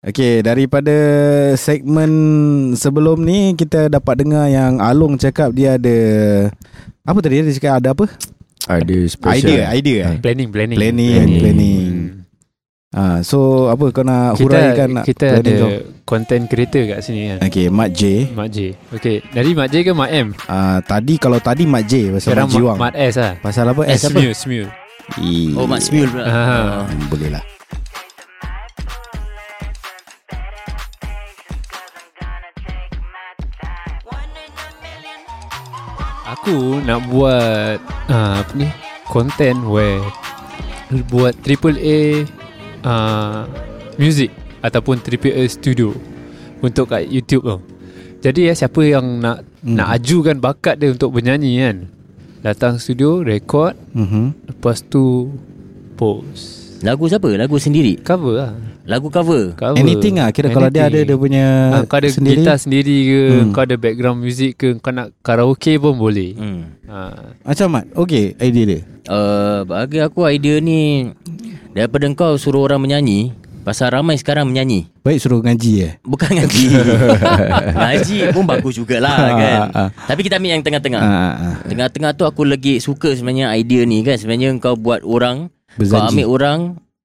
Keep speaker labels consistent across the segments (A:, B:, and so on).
A: Okey, daripada segmen sebelum ni kita dapat dengar yang Along cakap dia ada apa tadi dia cakap ada apa?
B: Ada special
A: Idea, idea eh.
C: Planning, Ha. planning.
A: Planning,
B: Planning.
A: planning. Ah, so apa kau nak
C: Kita
A: huraikan nak
C: kita ada
A: planning kau?
C: content creator kat sini kan.
A: Okey, Mat J.
C: Mak J. Okey, dari Mak J ke Mak M?
A: Ah, tadi kalau tadi Mat J pasal
C: Sekarang
A: Mat Jiwang.
C: Mat, Mat S lah.
A: Pasal apa? Eh,
C: S
A: S apa?
C: Smew, Smew.
A: Ih,
D: Oh Mat Smule pula
C: Ah.
A: hmm, Boleh lah.
C: Aku nak buat uh, apa ni? Content where buat triple A uh, music ataupun triple A studio untuk kat YouTube tu. Jadi ya siapa yang nak
A: Hmm.
C: hmm. nak ajukan bakat dia untuk bernyanyi kan. Datang studio, record,
A: Mhm.
C: lepas tu post.
D: Lagu siapa? Lagu sendiri?
C: Cover lah.
D: Lagu cover?
C: Cover.
A: Anything ah kira kalau dia ada
C: Anything.
A: dia punya
C: Ah, kau ada
A: sendiri.
C: sendiri? gitar sendiri ke
A: Hmm.
C: hmm. Kau ada background music ke Kau nak karaoke pun boleh
D: Hmm.
C: ha.
A: Macam Mat. Okey, idea dia.
D: Uh, bagi aku idea ni Daripada kau suruh orang menyanyi Pasal ramai sekarang menyanyi
A: Baik suruh ngaji eh.
D: Bukan ngaji Ngaji pun bagus jugalah kan
A: Ah, ah.
D: Tapi kita ambil yang tengah-tengah
A: Ah, ah.
D: Tengah-tengah tu aku lagi suka sebenarnya idea ni kan Sebenarnya kau buat orang Kau
A: Berzanji.
D: ambil orang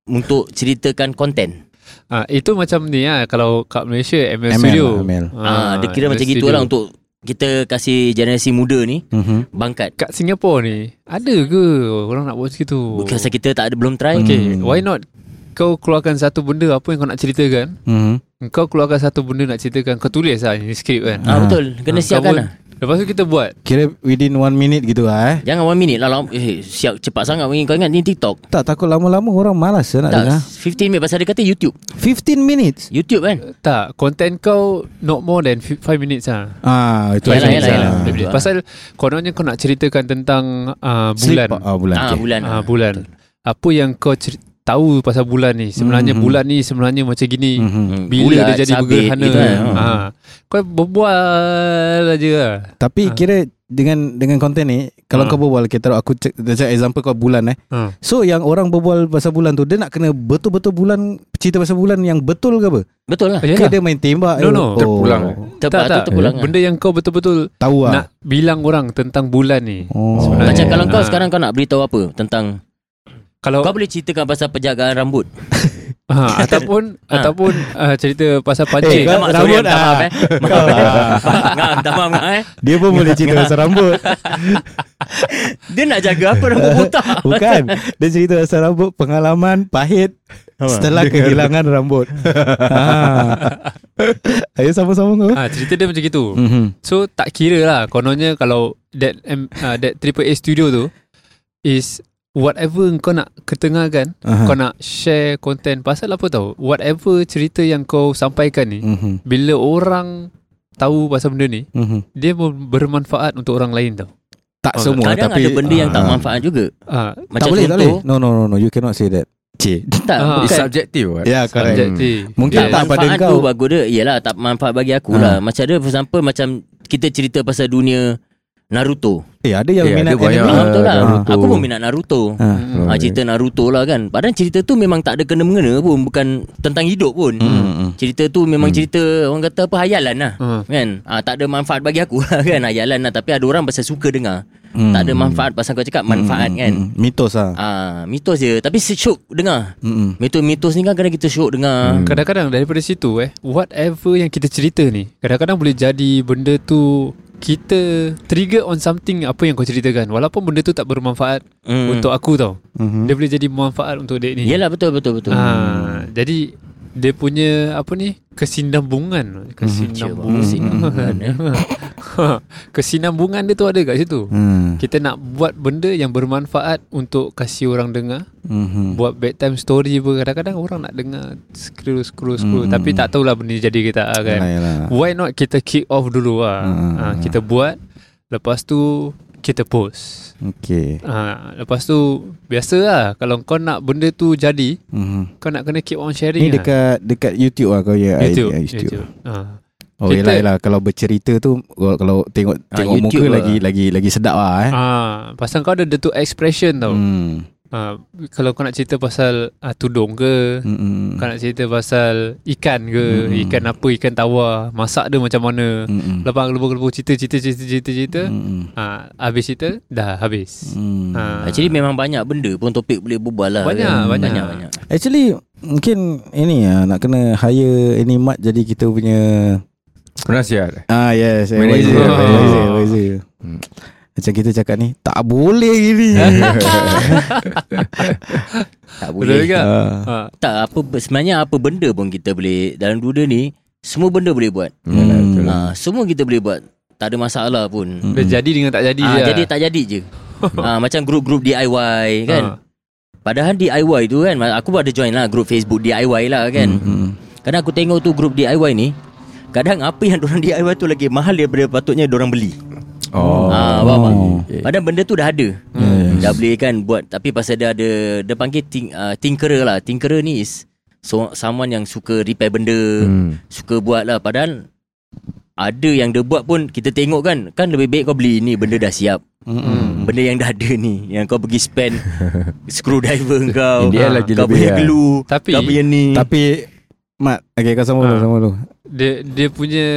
D: Untuk ceritakan konten
C: ha. Itu macam ni lah Kalau kat Malaysia ML,
A: ML
C: Studio
A: lah, ML.
D: ah, Dia kira
C: ML
D: macam
C: Studio.
D: gitulah untuk Kita kasih generasi muda ni
A: Mhm.
D: Bangkat
C: Kat Singapura ni Ada ke Orang nak buat macam tu
D: Bukan pasal kita tak ada belum try
C: Okay Why not Kau keluarkan satu benda Apa yang kau nak ceritakan
A: Mhm.
C: Kau keluarkan satu benda nak ceritakan Kau tulis lah Ini skrip kan
D: ah, Betul Kena
C: Ah,
D: siapkan
C: kau
D: lah
C: pun- Lepas tu kita buat
A: Kira within one minute gitu lah eh.
D: Jangan one minute lah lama. Eh, siap cepat sangat Wei. Kau ingat ni TikTok
A: Tak takut lama-lama orang malas eh, nak
D: Tak
A: dengar.
D: 15 minit Pasal dia kata YouTube
A: 15 minutes.
D: YouTube kan
C: Tak Content kau Not more than 5 minutes lah
A: Ah, itu macam
D: Yalah, yalah, lah.
A: tu.
D: yalah.
A: Ah.
D: Lebih
C: Betul. Pasal kononnya kau nak ceritakan tentang uh, bulan.
A: Sleep, ah, bulan.
D: Ah,
A: okay.
D: Bulan
C: Ah, bulan. Apa yang kau cer- tahu pasal bulan ni? Sebenarnya
A: Mhm.
C: bulan ni sebenarnya macam gini.
A: Mhm. Ah.
D: Hmm,
C: Bila
D: bulat,
C: dia jadi
D: sabit
C: bergerhana.
D: gitu kan.
C: ha. Kau berbual aja lah.
A: Tapi
C: Ah.
A: kira dengan dengan konten ni kalau
C: Ah.
A: kau berbual kita taruh aku cek macam example kau bulan eh.
C: Ha.
A: So yang orang berbual pasal bulan tu dia nak kena betul-betul bulan cerita pasal bulan yang betul ke apa?
D: Betul
C: Eh,
D: lah
A: Ke dia main tembak Oh, ke?
C: No, no.
B: Terpulang.
D: Tepat tu terpulang lah.
C: Benda yang kau betul-betul
A: Tahu ah.
C: nak bilang orang tentang bulan ni.
A: Oh.
C: Sebenarnya.
D: Macam kalau kau
C: Ah.
D: sekarang kau nak beritahu apa tentang
C: Kalau
D: Kau boleh ceritakan pasal penjagaan rambut
C: ha, ataupun
D: Ah.
C: ataupun uh, cerita pasal
A: Eh,
C: pancing.
A: kau-
D: Minta maaf,
A: rambut
D: sorry, minta
A: ah.
D: maaf eh Maaf eh Minta maaf ngak eh
A: Dia pun boleh cerita pasal rambut.
D: Dia nak jaga apa rambut botak
A: Bukan. Dia cerita pasal rambut pengalaman pahit setelah kehilangan rambut. ha. Ayo sama-sama kau.
C: Ha, cerita dia macam gitu.
A: Mhm.
C: So tak kira lah Kononnya kalau That um, uh, that AAA studio tu Is Whatever kau nak ketengahkan
A: Aha.
C: Kau nak share content Pasal apa tau Whatever cerita yang kau sampaikan ni
A: Mhm.
C: Bila orang Tahu pasal benda ni
A: Mhm.
C: Dia mem- bermanfaat untuk orang lain tau
A: Tak
C: Oh,
A: semua
D: Kadang
A: tapi
D: ada benda yang tak
A: Ah.
D: manfaat juga
C: uh,
A: Tak
D: Macam
A: boleh, tak
D: contoh
A: boleh. No no no no you cannot say that. Cik.
D: Tak
C: Ah.
B: It's
D: bukan
B: subjective what?
A: Ya, correct. Mungkin
C: Ya,
A: tak
D: tak
A: pada
D: manfaat
A: kau. Ha.
D: tu bagus dia Yelah tak manfaat bagi aku lah Macam dia for example Macam kita cerita pasal dunia Naruto
A: Eh ada yang
B: Eh, ada
A: minat
D: Ya,
B: banyak.
A: anime.
B: Ah,
D: betul lah.
B: Naruto.
D: Aku pun minat Naruto.
A: Ha.
D: Ha, cerita Naruto lah kan. Padahal cerita tu memang tak ada kena mengena pun, bukan tentang hidup pun.
A: Hmm.
D: Cerita tu memang cerita orang kata apa hayalan lah.
C: Hmm.
D: Kan? Ha, tak ada manfaat bagi aku lah kan hayalan lah tapi ada orang pasal suka dengar.
A: Hmm.
D: Tak ada manfaat pasal kau cakap manfaat kan.
A: Mm, Mitos ah. Hmm,
D: Ah, mitos je tapi syok dengar.
A: Mm-mm.
D: Mitos-mitos ni kan kadang kita syok
A: Hmm.
D: dengar.
C: Kadang-kadang daripada situ eh Whatever yang kita cerita ni Kadang-kadang boleh jadi benda tu Kita trigger on something Apa yang kau ceritakan Walaupun benda tu tak bermanfaat
D: Hmm.
C: Untuk aku tau
A: Mhm.
C: Dia boleh jadi manfaat untuk dia ni
D: Yelah betul betul betul.
C: ha, Jadi Dia punya Apa ni Kesinambungan Kesinambungan
D: Kesinambungan, eh.
C: Ha, Kesinambungan dia tu ada kat situ
A: Hmm.
C: Kita nak buat benda yang bermanfaat Untuk kasih orang dengar
A: Mhm.
C: Buat bedtime story pun Kadang-kadang orang nak dengar Scroll scroll scroll Tapi
A: Hmm.
C: tak tahulah benda ni jadi ke tak lah kan
A: Yalah, yalah.
C: Why not kita kick off dulu lah
A: ya. Hmm.
C: ha, Kita buat Lepas tu Kita post
A: Okey.
C: Ha, lepas tu biasalah kalau kau nak benda tu jadi,
A: Mhm.
C: kau nak kena keep on sharing.
D: ya.
A: Ni dekat dekat YouTube lah kau ya
C: lah. YouTube.
A: idea
C: YouTube. YouTube. Ha.
A: Oh
C: Kita-
A: yelah, yelah kalau bercerita tu kalau- kalau tengok
D: Ah,
A: tengok muka
D: YouTube lah.
C: Ah,
A: lagi lagi lagi sedap lah eh.
C: ha. Pasal kau ada the two expression tau. Hmm.
A: Hmm.
C: uh, kalau kau nak cerita pasal uh, tudung ke,
A: Mm-mm.
C: kau nak cerita pasal ikan ke,
A: Mm-mm.
C: ikan apa, ikan tawar, masak dia macam mana.
A: Mm-mm.
C: Lepas gelebur-gelebur cerita cerita cerita cerita cerita.
A: Mm-mm.
C: Ah, habis cerita dah habis.
A: Mm.
C: Ah.
D: Actually memang banyak benda pun topik boleh berbual lah
C: Banyak,
D: kan?
C: banyak.
D: banyak banyak.
A: Actually mungkin ini ya nak kena hire ini mat jadi kita punya
B: Penasihat
A: ah yes eh,
B: Manager.
A: wiser,
C: Ah.
A: wiser, wiser.
B: Hmm.
A: Macam kita cakap ni tak boleh gini.
C: Kan?
D: Tak
C: Betul
D: boleh.
C: juga.
A: Ah.
C: Ah,
D: Tak apa sebenarnya apa benda pun kita boleh dalam dunia ni semua benda boleh buat.
B: lah,
A: Hmm.
D: Ha, semua kita boleh buat. Tak ada masalah pun.
A: Mm-mm.
C: dia jadi dengan tak Hmm. jadi
D: Ah,
C: lah.
D: jadi tak jadi je. ah, macam grup-grup DIY kan.
C: Ah.
D: Padahal DIY tu kan aku pun ada join lah grup Facebook DIY lah
A: hmm,
D: kan.
C: Hmm.
A: Mm-mm.
D: Kadang aku tengok tu grup DIY ni kadang apa yang orang DIY tu lagi mahal daripada patutnya orang beli.
B: Oh
D: Ah, faham tak?
B: okay.
D: Padahal benda tu dah ada. Hmm. Dah boleh kan buat tapi pasal dia ada dia panggil think, uh, tinkerer lah. Tinkerer ni is so, someone yang suka repair benda, hmm.
B: Hmm.
D: suka buat lah padahal ada yang dia buat pun kita tengok kan kan lebih baik kau beli ni benda dah siap.
A: Mm-mm.
D: Benda yang dah ada ni Yang kau pergi spend Screwdriver kau ah,
B: In the end lagi
D: Kau
B: lebih
D: punya
B: lah.
D: glue
C: Tapi-
D: Kau punya ni
A: Tapi Mat Okay kau sama dulu
C: Hmm. Ah.
A: Sama dulu
C: Dia dia punya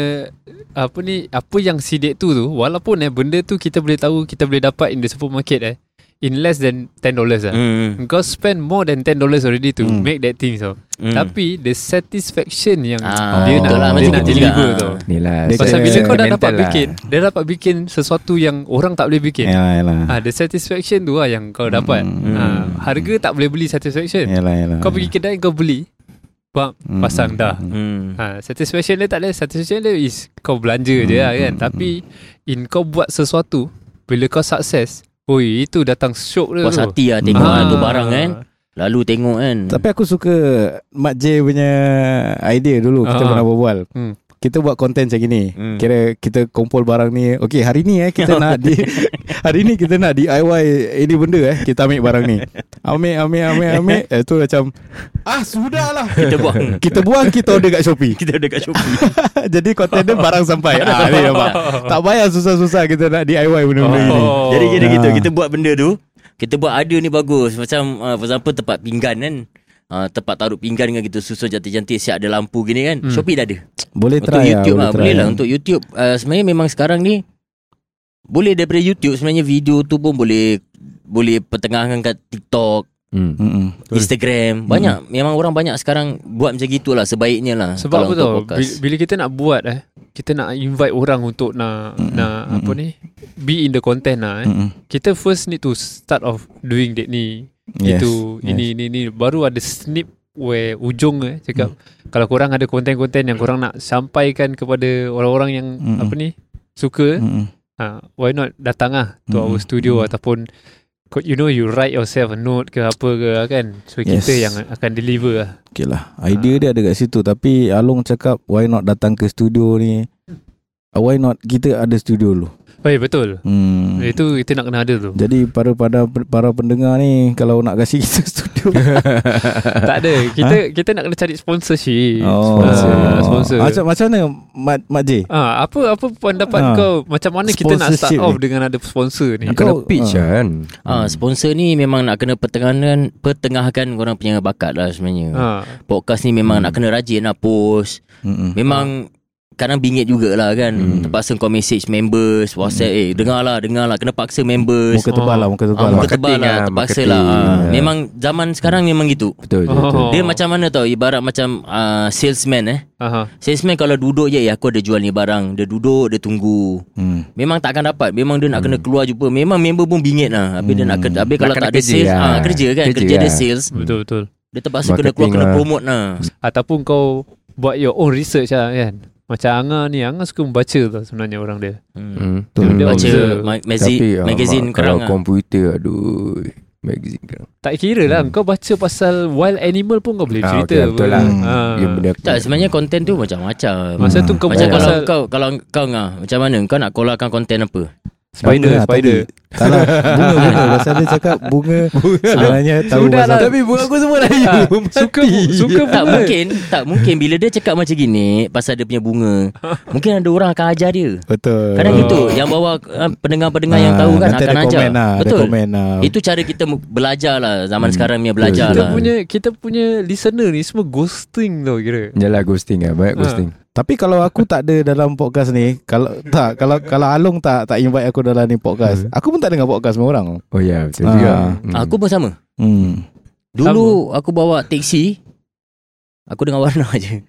C: apa ni apa yang sidik tu tu walaupun eh benda tu kita boleh tahu kita boleh dapat in the supermarket eh in less than 10 dollars lah.
D: Hmm.
C: Kau spend more than 10 dollars already to
A: Hmm.
C: make that thing so.
D: Hmm.
C: Tapi the satisfaction yang
D: Ah,
C: dia
D: betul
C: nak
D: lah,
C: Oh. dia
D: macam
C: nak
D: kita
C: deliver
D: juga.
C: tu.
B: Ni lah
A: Dia
C: Pasal
A: kata
C: bila kau dah
B: sentimental
C: dapat
B: lah.
C: bikin, dia dapat bikin sesuatu yang orang tak boleh bikin.
D: Ya.
A: Yalah yalah
C: Ah, the satisfaction tu lah yang kau dapat.
A: Hmm.
C: Ah, harga tak boleh beli satisfaction.
D: Ya.
A: Yalah yalah
C: Kau pergi kedai kau beli Bang
A: Hmm.
C: pasang dah
D: hmm.
C: ha, Satisfaction dia tak ada Satisfaction dia is Kau belanja je lah
D: Hmm,
C: kan Tapi In kau buat sesuatu Bila kau sukses Oi itu datang syok dia
D: Puas
C: tu.
D: hati lah Tengok ah. tu barang kan Lalu tengok kan
A: Hmm. Tapi aku suka Mat J punya idea dulu kita
C: Ah.
A: pernah berbual.
C: Hmm.
A: Kita buat konten macam gini.
D: Hmm.
A: Kira kita kumpul barang ni. Okey, hari ni eh kita nak di hari ni kita nak DIY ini benda eh. Kita ambil barang ni. Ambil ambil ambil ambil. Eh, tu macam ah
C: lah.
A: sudahlah.
D: Kita buang
A: Kita buang kita order kat Shopee.
D: Kita ada kat Shopee
A: Jadi konten dia barang sampai. Ah, ni nampak. Tak payah susah-susah kita nak DIY benda-benda ini.
C: Oh.
D: Jadi kira
A: Ah.
D: gitu Kita buat benda tu Kita buat ada ni bagus Macam uh, For example tempat pinggan kan Uh, tempat taruh pinggan kan kita susun cantik-cantik siap ada lampu gini kan hmm. Shopee dah ada
A: Boleh
D: untuk
A: try
D: YouTube lah,
A: try.
D: boleh lah untuk YouTube uh, sebenarnya memang sekarang ni boleh daripada YouTube sebenarnya video tu pun boleh boleh pertengahan kat TikTok
B: Hmm.
A: Mm-mm.
D: Instagram banyak memang orang banyak sekarang buat macam gitulah sebaiknya lah
C: Sebab apa
D: kalau untuk
C: tau
D: podcast.
C: bila, bila kita nak buat eh Kita nak invite orang untuk nak
A: Mm-mm.
C: Nak apa
A: Mm-mm.
C: ni Be in the content lah eh
A: Mm-mm.
C: Kita first need to Start off doing that ni yes.
A: Yes,
C: itu
A: yes.
C: ini ini ini baru ada snip where ujung eh cakap hmm. kalau korang ada konten-konten yang korang nak sampaikan kepada orang-orang yang
A: Mm-mm.
C: hmm. apa ni suka
A: Mm-mm.
C: ha, why not datang ah to
A: Mm-mm.
C: our studio
A: Mm.
C: ataupun ko- you know you write yourself a note ke apa ke kan so
A: Yes.
C: kita yang akan deliver lah
A: Okay lah Idea dia ada kat situ Tapi Along cakap Why not datang ke studio ni Ah, Why not Kita ada studio dulu
C: oh, ya, betul
A: hmm.
C: itu kita nak kena ada tu
A: Jadi para para para pendengar ni Kalau nak kasih kita studio
C: tak ada kita kita nak kena cari sponsorship
A: Oh.
C: Ah, sponsor
A: Macam, macam mana Mat, Mat J
C: Ah, apa apa pendapat
A: Ah.
C: kau macam mana kita nak start
A: Sponsorship
C: off
A: ni.
C: dengan ada sponsor ni?
B: Nak kena
A: Kau-
B: pitch
A: ah.
B: lah kan
D: Ah, sponsor ni memang nak kena pertengahkan pertengahkan orang punya bakat lah sebenarnya.
C: Ha.
D: Podcast ni memang nak kena rajin lah post.
A: Mm-mm.
D: Memang kadang bingit jugalah kan. Terpaksa kau message members, WhatsApp, eh dengarlah, dengarlah kena paksa members.
A: Muka tebal lah Muka tebal
D: Ah,
A: lah
D: muka tebal
B: Marketing
D: lah
B: lah,
D: Terpaksa
B: marketing.
D: lah Ah,
B: Ya.
D: Memang zaman sekarang memang gitu
B: Betul betul, betul.
C: Oh.
D: Dia macam mana tau Ibarat macam uh, salesman eh
C: Aha.
D: Salesman kalau duduk je Eh aku ada jual ni barang Dia duduk Dia tunggu
A: Hmm.
D: Memang takkan dapat Memang dia nak kena keluar jumpa Memang member pun bingit lah Habis dia nak kena Habis
B: Nak
D: kalau
B: kena
D: tak ada
B: kerja
D: sales
B: lah.
D: ah, Kerja kan
B: Kerja
D: Kerja dia
B: lah.
D: sales
C: Betul betul.
D: Dia terpaksa kena keluar
B: Marketing
D: Kena
B: lah.
D: promote lah
C: Ataupun kau buat your own research lah kan. Macam Anga ni, Anga suka membaca tau sebenarnya orang dia.
D: hmm.
B: Hmm.
A: Betul.
C: Dia
D: Baca
C: observe.
D: ma- magazine,
B: ah,
D: magazine
B: mak-
D: kerang
B: Kalau
D: lah.
B: komputer Aduh Magazine kerang
C: Tak kira lah, kau baca pasal wild animal pun kau boleh
B: Ah,
C: cerita.
B: okay, Betul lah
C: Ha.
B: Dia benda aku-
D: tak, sebenarnya konten tu macam-macam
C: Masa tu
D: Macam
C: kau buat
B: Banyak.
D: kalau
C: pasal
D: kau Kalau kau ngah Macam mana Kau nak keluarkan konten apa
A: Bunga
C: Spider,
A: lah
C: spider.
A: tadi. Tak lah Bunga bunga Pasal dia cakap bunga Sebenarnya tahu
C: Sudah
A: pasal
C: lah.
B: Tapi bunga aku semua layu
C: Ah, suka bu- suka
D: Tak
C: bunga.
D: mungkin Tak mungkin Bila dia cakap macam gini Pasal dia punya bunga Mungkin ada orang akan ajar dia
A: Betul
D: Kadang itu Yang bawa ah, Pendengar-pendengar yang
A: Hmm. Ah,
D: tahu kan
A: nanti
D: Akan
A: ada
D: ajar
A: komen lah, ada
D: Betul
A: komen lah.
D: Itu cara kita mu- belajar lah Zaman sekarang punya belajar
C: Kita
D: lah
C: punya kita punya listener ni semua ghosting tau kira.
B: Yalah ghosting lah Banyak ghosting
A: Tapi kalau aku tak ada dalam podcast ni Kalau tak Kalau kalau Along tak tak invite aku dalam ni podcast Aku pun tak dengar podcast semua orang
B: Oh ya yeah, betul
A: Ah.
B: juga
D: Hmm. Aku pun sama
A: Hmm.
D: Dulu aku bawa teksi Aku dengan warna je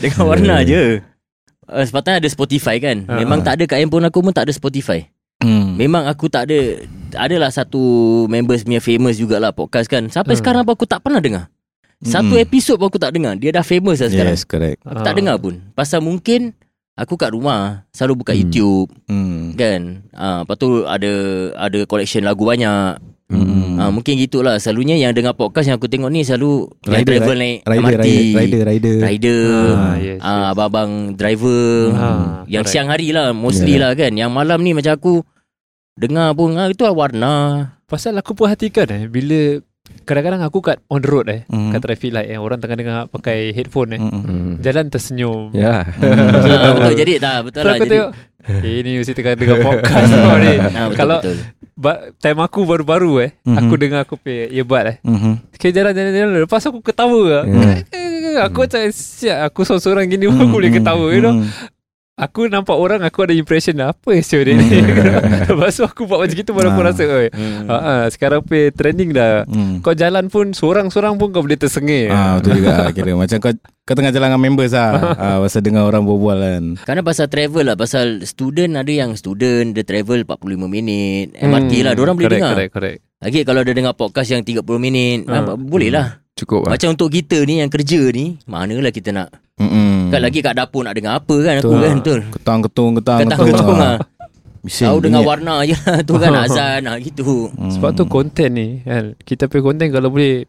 D: Dengan warna je uh, Sepatutnya ada Spotify kan
C: Ah,
D: Memang
C: ah.
D: tak ada kat handphone aku pun tak ada Spotify
A: Hmm.
D: Memang aku tak ada Adalah satu members punya famous jugalah podcast kan Sampai
C: Ah.
D: sekarang pun aku tak pernah dengar Satu
A: Mm-mm.
D: episod pun aku tak dengar Dia dah famous dah sekarang
A: Yes correct
D: Aku
C: Ha. Ah.
D: tak dengar pun Pasal mungkin Aku kat rumah Selalu buka
B: Hmm.
D: YouTube
A: hmm.
D: kan uh, Lepas tu ada Ada collection lagu banyak
B: Hmm.
D: Hmm. Ha, mungkin gitulah Selalunya yang dengar podcast Yang aku tengok ni selalu Yang
A: Rider,
D: travel
A: ri-
D: naik
A: Rider,
D: MRT
A: rider Rider Rider
D: rider
C: Ah, yes,
D: ah,
C: yes.
D: Abang-abang driver
C: Ha,
D: Yang
C: correct.
D: siang hari lah Mostly yeah. lah kan Yang malam ni macam aku Dengar pun ah, Itu lah warna
C: Pasal aku perhatikan eh bila kadang-kadang aku kat on the road eh,
A: Hmm.
C: kat traffic light eh orang tengah dengar pakai headphone eh.
A: Mm-mm.
B: Hmm.
C: Jalan tersenyum.
B: Ya
D: ha, Betul jadi tak Betul
C: Betul
D: lah
C: aku
D: jadi
C: tengok Eh ni mesti tengah dengar podcast tau ni
D: ha, betul,
C: Kalau
D: betul.
C: ba- time aku baru-baru eh
A: Mhm.
C: Aku dengar aku pay earbud eh
A: Mhm.
C: Okay jalan-jalan Lepas aku ketawa lah.
B: Yeah.
C: Eh, Aku macam siap Aku seorang-seorang gini pun aku boleh
A: Mm-mm.
C: ketawa you know
A: Mm.
C: Aku nampak orang aku ada impression lah Apa yang siapa dia ni Lepas tu aku buat macam gitu baru aku
A: Ah.
C: rasa Oi,
D: Hmm.
C: ah, ah, Sekarang pay trending dah
A: Mm.
C: Kau jalan pun seorang-seorang pun kau boleh
D: Ya.
C: tersengih
A: Ah betul juga ah, kira macam kau kau tengah jalan dengan members ah. ah pasal dengar orang berbual kan.
D: Karena pasal travel lah Pasal student ada yang student Dia travel 45 minit MRT lah Diorang boleh
C: Hmm. correct,
D: dengar
C: Correct correct
D: Lagi kalau dia dengar podcast yang 30 minit ah,
C: Ah.
D: Boleh lah
A: Hmm.
B: Cukup lah
D: Macam untuk kita ni yang kerja ni, manalah kita nak.
A: Hmm.
D: Kan lagi kat dapur nak dengar apa kan aku
A: Betul.
D: kan betul.
A: ketang ketung ketang
D: Kata aku
A: ketung.
D: cakap
A: ah.
D: ah.
A: Bising,
D: Tahu dengar
A: bingit.
D: warna je lah tu kan azan ah gitu.
A: Hmm.
C: Sebab tu konten ni kan Kita punya konten kalau boleh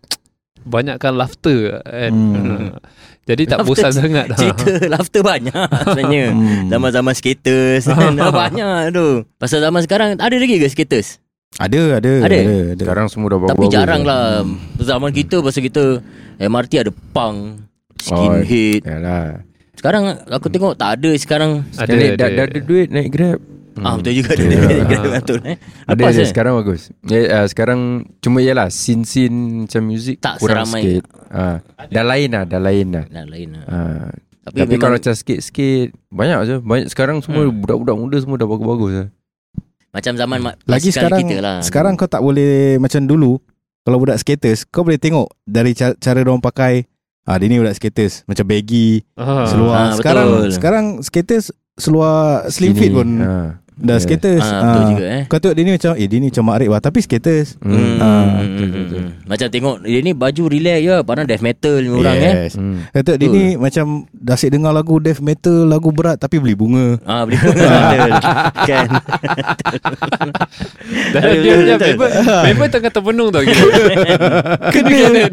C: Banyakkan laughter kan
A: Hmm.
C: Jadi tak
D: Laughter
C: bosan
D: c-
C: sangat lah.
D: Cerita laughter banyak sebenarnya.
A: Hmm.
D: Zaman-zaman skaters kan dah banyak tu. Pasal zaman sekarang ada lagi ke skaters?
A: Ada ada
D: Ada?
A: ada.
B: Sekarang semua dah
D: Tapi
B: bagus-bagus
D: jarang lah
A: Hmm.
D: zaman kita pasal kita MRT ada punk, skinhead.
B: Yalah
D: Sekarang aku tengok tak ada sekarang.
B: Ada, ada, ada, ada duit naik grab
A: Hmm.
B: Hmm.
D: Ah betul juga
B: Betul
D: dia
B: juga.
D: kena betul eh.
B: Ada,
D: Lepas,
B: ada
D: eh?
B: sekarang bagus. Eh, uh, sekarang cuma ialah scene-scene macam muzik
D: Tak
B: kurang
D: seramai.
B: sikit. Ah, dah lain lah, dah lain lah.
D: Nah, lain lah.
B: Ah, tapi tapi kalau macam sikit-sikit banyak je. Banyak sekarang
D: Hmm.
B: semua budak-budak muda semua dah bagus-bagus lah.
D: Macam zaman ma-
A: Lagi
D: basikal
A: sekarang
D: kita lah.
A: sekarang kau tak boleh macam dulu kalau budak skaters kau boleh tengok dari ca- cara dia orang pakai ah dia ni budak skaters macam baggy
D: Ah,
C: Ah.
A: seluar
D: betul.
A: sekarang sekarang skaters seluar slim fit
B: Skinny.
A: pun
B: Ah,
A: dah
B: Yeah.
A: skaters
D: ah, betul
A: Ah.
D: juga eh.
A: kau tengok dia ni macam eh dia ni macam makrib lah tapi skaters
D: Hmm.
B: Hmm.
A: Ah,
D: hmm,
B: betul,
D: hmm,
B: betul.
D: hmm. Macam tengok dia ni baju relax je, padahal death metal ni orang eh.
A: yes.
B: Hmm.
A: Kata dia ni macam dah asyik dengar lagu death metal, lagu berat tapi beli bunga.
D: Ah beli metal kan.
C: Dah dia, dia, dia member, member tengah termenung tau kira.
A: Kena.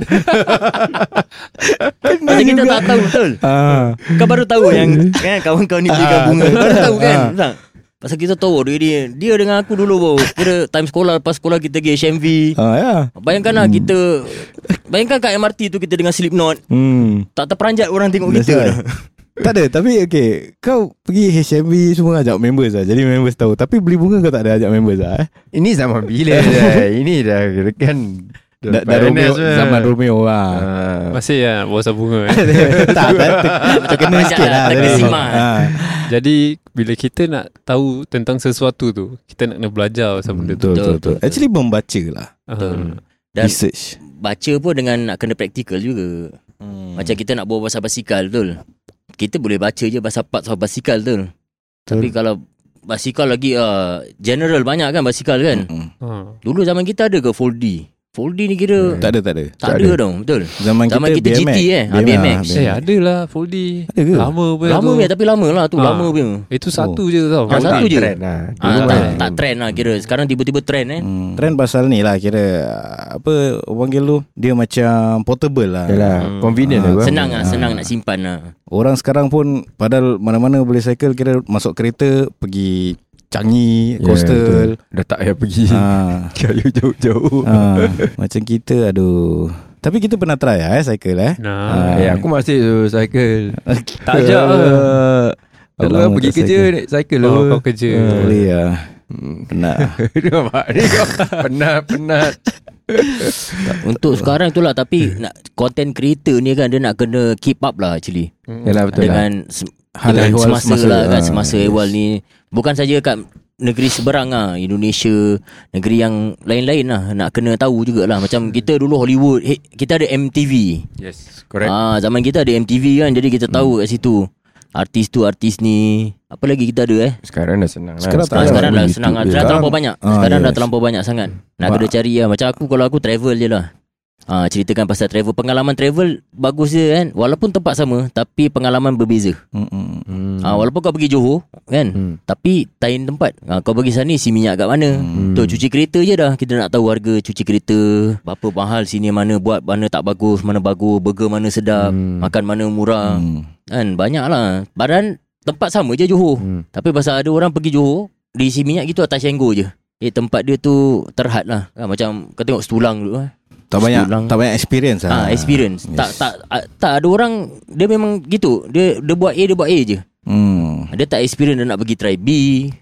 A: Kena
D: Macam kita
A: juga.
D: tak tahu betul.
A: Ah.
D: Kau baru tahu yang kan kawan kau ni belikan
A: Ah,
D: bunga.
A: betul.
D: Baru tahu kan.
A: Ah.
D: Tak. Pasal kita tahu dia dia, dia dengan aku dulu bau. Kira time sekolah lepas sekolah kita pergi HMV.
A: Ah ya.
D: Bayangkan lah kita Bayangkan kat MRT tu kita dengan Slipknot
A: Hmm.
D: Tak terperanjat orang tengok
A: That's
D: kita
A: right. eh? tak ada Tapi okay Kau pergi HMB Semua ajak members lah Jadi members tahu Tapi beli bunga kau tak ada ajak members lah eh?
B: Ini zaman bila dah. Ini dah kira kan
A: Dah, dah Romeo, Zaman Romeo lah
B: Ah.
C: Masih ya bosan bunga. Eh.
A: Tak tak Terkena
D: terperanjat
A: sikit
D: lah,
A: lah tadi.
D: terkesima.
A: Ah.
C: Jadi bila kita nak tahu tentang sesuatu tu, kita nak kena belajar pasal benda tu.
A: Betul betul betul Actually membaca lah
C: Ah.
D: Dan
A: Research
D: baca pun dengan nak kena praktikal juga. Hmm. Macam kita nak bawa pasal basikal betul. Kita boleh baca je pasal part pasal basikal betul. Tapi kalau basikal lagi uh, general banyak kan basikal kan.
A: Mm-mm.
C: Ah.
D: Dulu zaman kita ada ke 4D? 4 4D ni kira
A: Hmm. Tak ada tak ada
D: tak, ada, tau betul.
A: Zaman,
D: Zaman
A: kita,
D: kita GT eh, ah, BMX.
A: ah,
C: Eh ada lah 4D
A: Ada ke?
C: Lama pun
D: Lama punya tapi lama lah tu
C: Ah.
D: lama punya.
C: Itu
A: Oh.
C: satu je tau
D: Ah, satu je.
E: Trend lah
D: Ah,
E: Dulu
D: tak,
E: kan
D: tak trend lah kira Sekarang tiba-tiba trend eh
A: Hmm, Trend pasal ni lah Kira Apa orang panggil tu Dia macam portable lah
E: Yalah Convenient lah bang.
D: Hmm. Senang lah Senang nak simpan lah
A: Orang sekarang pun Padahal mana-mana boleh cycle Kira masuk kereta Pergi Changi
E: Ya,
A: Coastal
B: betul. Dah tak payah pergi
A: Ah,
B: Kayu jauh-jauh
A: ah, Macam kita Aduh Tapi kita pernah try lah eh Cycle eh
C: Nah
B: Eh aku masih tu cycle
C: Tak ajak
B: lah Dulu
A: Lama
B: kan pergi
A: tak
B: kerja
A: cycle.
B: naik cycle
C: Kalau
B: lah
C: kau kerja
A: Tak Boleh lah Penat lah.
B: Nampak ni kau Penat Penat
D: Untuk sekarang tu lah Tapi nak Content creator ni kan Dia nak kena keep up lah actually
B: Yalah betul lah
D: Dengan se-
A: Hal
D: Dengan
A: ehwal
D: semasa,
A: semasa,
D: lah kan
A: ah,
D: Semasa
A: yes.
D: ehwal ni Bukan saja kat Negeri seberang lah Indonesia Negeri yang lain-lain lah Nak kena tahu jugalah
A: Hmm.
D: Macam kita dulu Hollywood hey, Kita ada MTV
B: Yes
D: Correct.
B: Correct
D: Ah zaman kita ada MTV kan jadi kita tahu
A: Hmm.
D: kat situ. Artis tu artis ni. Apa lagi kita ada eh?
B: Sekarang dah senang lah
A: Sekarang tak
D: Ah,
A: ada
D: sekarang dah
A: lagi
D: senang
A: YouTube
D: lah.
A: dia.
D: Dah terlampau banyak.
A: Ah,
D: Sekarang dah
A: yes.
D: terlampau banyak sangat. Nak
A: Ba-
D: kena cari lah. Macam aku kalau aku travel je lah. Ah ceritakan pasal travel. Pengalaman travel bagus je kan. Walaupun tempat sama tapi pengalaman berbeza.
A: Mm-mm.
B: Hmm.
D: Ah walaupun kau pergi Johor kan
B: Hmm.
D: tapi tain tempat. Ah kau pergi sana si minyak kat mana?
A: Hmm.
D: Tu cuci kereta je dah. Kita nak tahu harga cuci kereta, berapa mahal sini mana buat mana tak bagus, mana bagus, burger mana sedap,
B: Hmm.
D: makan mana murah.
A: Hmm.
D: Kan banyak lah Badan tempat sama je Johor
B: Hmm.
D: Tapi pasal ada orang pergi Johor Di si minyak gitu atas Senggo je Eh tempat dia tu terhad lah ha, Macam kau tengok setulang dulu eh.
A: Tak banyak
D: Ulang.
A: Tak banyak experience lah
D: ha, Experience
A: yes.
D: tak, tak ah, tak ada orang Dia memang gitu Dia dia buat A dia buat A je
A: Hmm.
D: Dia tak experience dia nak pergi try B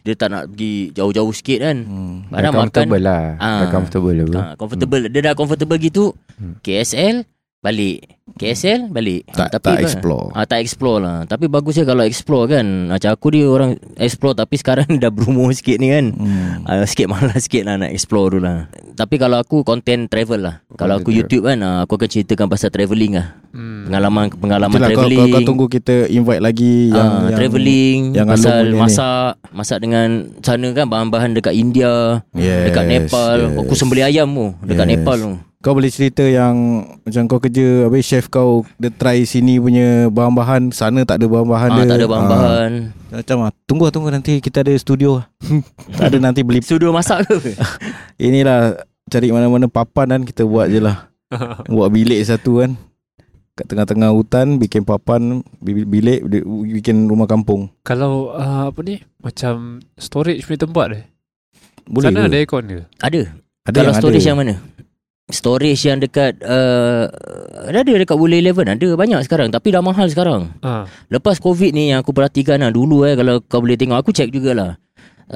D: Dia tak nak pergi jauh-jauh sikit kan
A: Hmm.
B: Dah
D: Badan makan
B: comfortable lah
D: Ah.
B: Dah comfortable lah bro
D: ha, Comfortable Dia dah comfortable gitu KSL Balik KSL balik
A: Hmm. Tak,
D: Ah,
A: tak
D: kan-
A: explore
D: Ah, tak explore lah Tapi bagusnya kalau explore kan Macam aku dia orang explore Tapi sekarang dah berumur sikit ni kan
A: Hmm.
D: ah, Sikit malas sikit lah nak explore dulu lah Tapi kalau aku content travel lah Kalau aku
B: Content
D: YouTube kan ah, Aku akan ceritakan pasal travelling lah Pengalaman pengalaman
A: Itulah kau,
D: travelling
A: kau, kau tunggu kita invite lagi yang,
D: Ah,
A: yang
D: travelling
A: yang Alung
D: pasal
A: punya ni.
D: masak masak dengan sana kan bahan-bahan dekat India
A: Yes,
D: dekat Nepal
A: yes.
D: Oh, aku sembelih ayam tu dekat
A: Yes.
D: Nepal tu
A: Kau boleh cerita yang Macam kau kerja Habis chef kau Dia try sini punya Bahan-bahan Sana tak ada bahan-bahan
D: ah,
A: dia
D: tak ada bahan-bahan
A: ah, Macam ah, Tunggu lah, tunggu nanti Kita ada studio lah. Tak ada nanti beli
D: studio masak ke
A: Inilah Cari mana-mana papan kan Kita buat je lah Buat bilik satu kan Kat tengah-tengah hutan Bikin papan bi- Bilik bi- Bikin rumah kampung
C: Kalau ah, apa ni Macam storage punya tempat eh
A: Boleh
C: Sana
A: ke?
C: ada aircon ke
D: ada Kalau storage yang mana? Storage yang dekat uh, Ada dekat Woolley 11 Ada banyak sekarang Tapi dah mahal sekarang
C: ah.
D: Lepas covid ni Yang aku perhatikan lah Dulu eh Kalau kau boleh tengok Aku check jugalah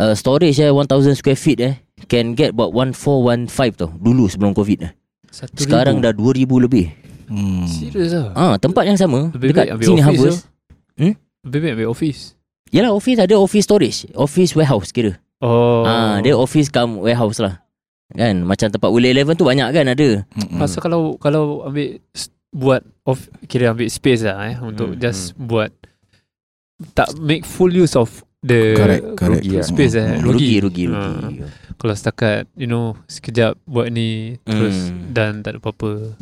D: uh, Storage eh 1000 square feet eh Can get about 1415 tau Dulu sebelum covid eh.
C: Satu
D: Sekarang
C: ribu.
D: dah 2000 lebih
A: hmm.
C: Serius lah
D: Ah Tempat yang sama
C: Lebih
D: Dekat
C: baik ambil
D: sini
C: office
D: Harvest Hmm?
C: Lebih baik ambil office
D: Yalah office ada office storage Office warehouse kira
C: Oh
D: Ah, Dia office come warehouse lah Kan Macam tempat Woolley 11 tu banyak kan ada
A: Mm-mm.
C: Pasal kalau kalau ambil s- buat off kira ambil space lah eh untuk
B: Hmm,
C: just buat tak make full use of the
A: Correct, correct.
C: rugi lah, space eh
A: Hmm,
C: rugi.
D: Rugi Rugi, rugi,
C: Ah, kalau setakat you know sekejap buat ni terus
D: Hmm.
C: dan tak ada apa-apa.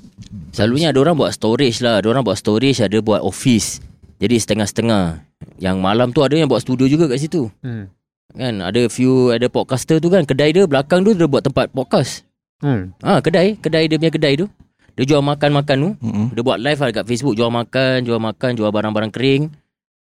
D: Selalunya ada orang buat storage lah. Ada orang buat storage, ada buat office. Jadi setengah-setengah. Yang malam tu ada yang buat studio juga kat situ.
C: Hmm.
D: Kan ada few ada podcaster tu kan kedai dia belakang tu dia buat tempat podcast.
C: Hmm.
D: Ah ha, kedai, kedai dia punya kedai tu. Dia jual makan-makan tu.
A: Mm-mm.
D: Dia buat live lah dekat Facebook jual makan, jual makan, jual barang-barang kering.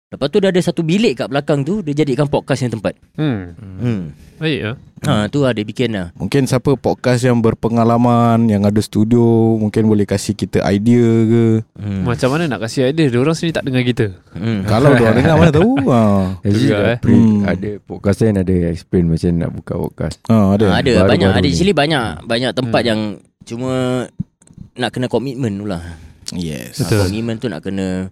D: Lepas tu dia ada satu bilik kat belakang tu dia jadikan podcast yang tempat.
C: Hmm.
D: Hmm.
C: Baik ah.
D: Ha tu ada bikin lah.
A: Mungkin siapa podcast yang berpengalaman Yang ada studio Mungkin boleh kasih kita idea ke
D: Hmm.
C: Macam mana nak kasih idea? Dia orang sini tak dengar kita.
D: Hmm.
A: Kalau diorang dengar mana tahu ha.
B: Actually
C: Juga,
B: dah
C: eh.
B: pre,
A: Hmm.
B: ada podcast kan ada explain macam nak buka podcast.
A: ha ada
D: Ah, Ada, ada
B: Baru-baru
D: banyak ada
B: ni.
D: actually banyak banyak tempat
C: Hmm.
D: yang cuma nak kena komitmen tu lah.
A: Yes
D: Betul. Komitmen tu nak kena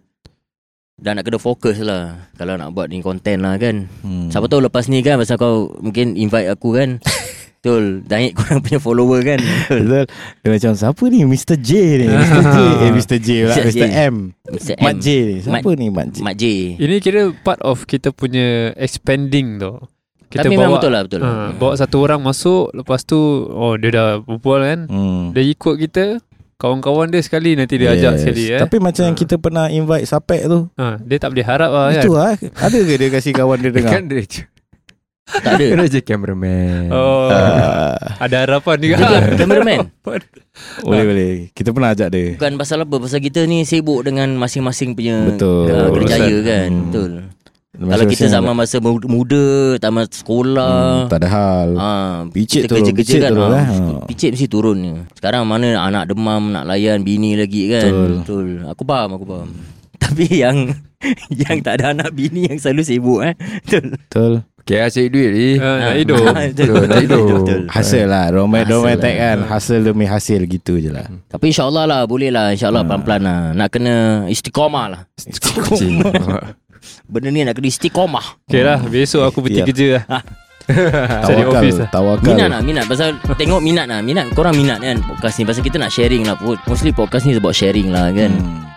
D: dan nak kena fokus lah kalau nak buat ni content lah kan.
A: hmm.
D: Siapa tahu lepas ni kan pasal kau mungkin invite aku kan. Betul, naik korang punya follower kan. Betul.
A: Betul Dia macam siapa ni Mr. J ni Mr. J Eh Mr. J pula
D: Mr. J.
A: Mr. M
D: Mr. M.
A: Mat J ni Siapa ni Mat J
D: Mat J.
C: Ini kira part of kita punya expanding tu. Kita
D: Tapi
C: bawa
D: memang betul lah, betul.
C: ah, Bawa satu orang masuk Lepas tu Oh dia dah berbual kan
B: Hmm.
C: Dia ikut kita Kawan-kawan dia sekali Nanti dia yes. ajak sekali eh.
A: Tapi macam yang kita pernah invite Sapek tu
C: ha, Dia tak boleh harap lah kan
A: Itu lah Ada ke dia kasih kawan dia
B: Dia
A: dengar
B: kan dia je
D: Tak ada
B: Kena je cameraman
C: Oh,
A: Ah,
C: ada harapan juga. Ha,
D: Cameraman
A: Boleh boleh Kita pernah ajak dia
D: Bukan pasal apa Pasal kita ni sibuk Dengan masing-masing punya
A: Betul.
D: ah, Kerjaya
A: Urusan.
D: kan
B: Hmm.
D: Betul Kalau kita zaman masa mu- muda Tamat sekolah
A: Hmm, Tak ada hal
D: Ah,
A: Picit
D: kita
A: turun,
D: kerja-kerja
A: picit turun lah.
D: ah, Picit mesti turun ni. Sekarang mana anak demam Nak layan bini lagi kan
A: Betul.
D: Betul. Aku faham Aku faham Tapi yang Yang tak ada anak bini Yang selalu sibuk eh Betul
A: Betul
B: Okay lah cari duit ni
C: Ah, nak hidup.
B: Betul, nak hidup
D: Betul.
A: Hasil lah Romai
D: Hasil
A: Romai
D: lah.
A: tag kan Hasil demi hasil gitu je lah
D: Tapi insyaAllah lah Boleh lah insyaAllah
A: Ah.
D: pelan-pelan lah Nak kena istiqomah lah
B: Cik.
D: Benda ni nak kena istiqomah
C: Okay lah, besok aku berhenti
A: Ikhtiar.
C: kerja lah. Cari
A: Tawakal
C: office lah.
A: Tawakal
D: Minat lah Minat Pasal tengok minat lah Minat korang minat kan Podcast ni Pasal kita nak sharing lah Mostly podcast ni is about sharing lah kan
A: Hmm.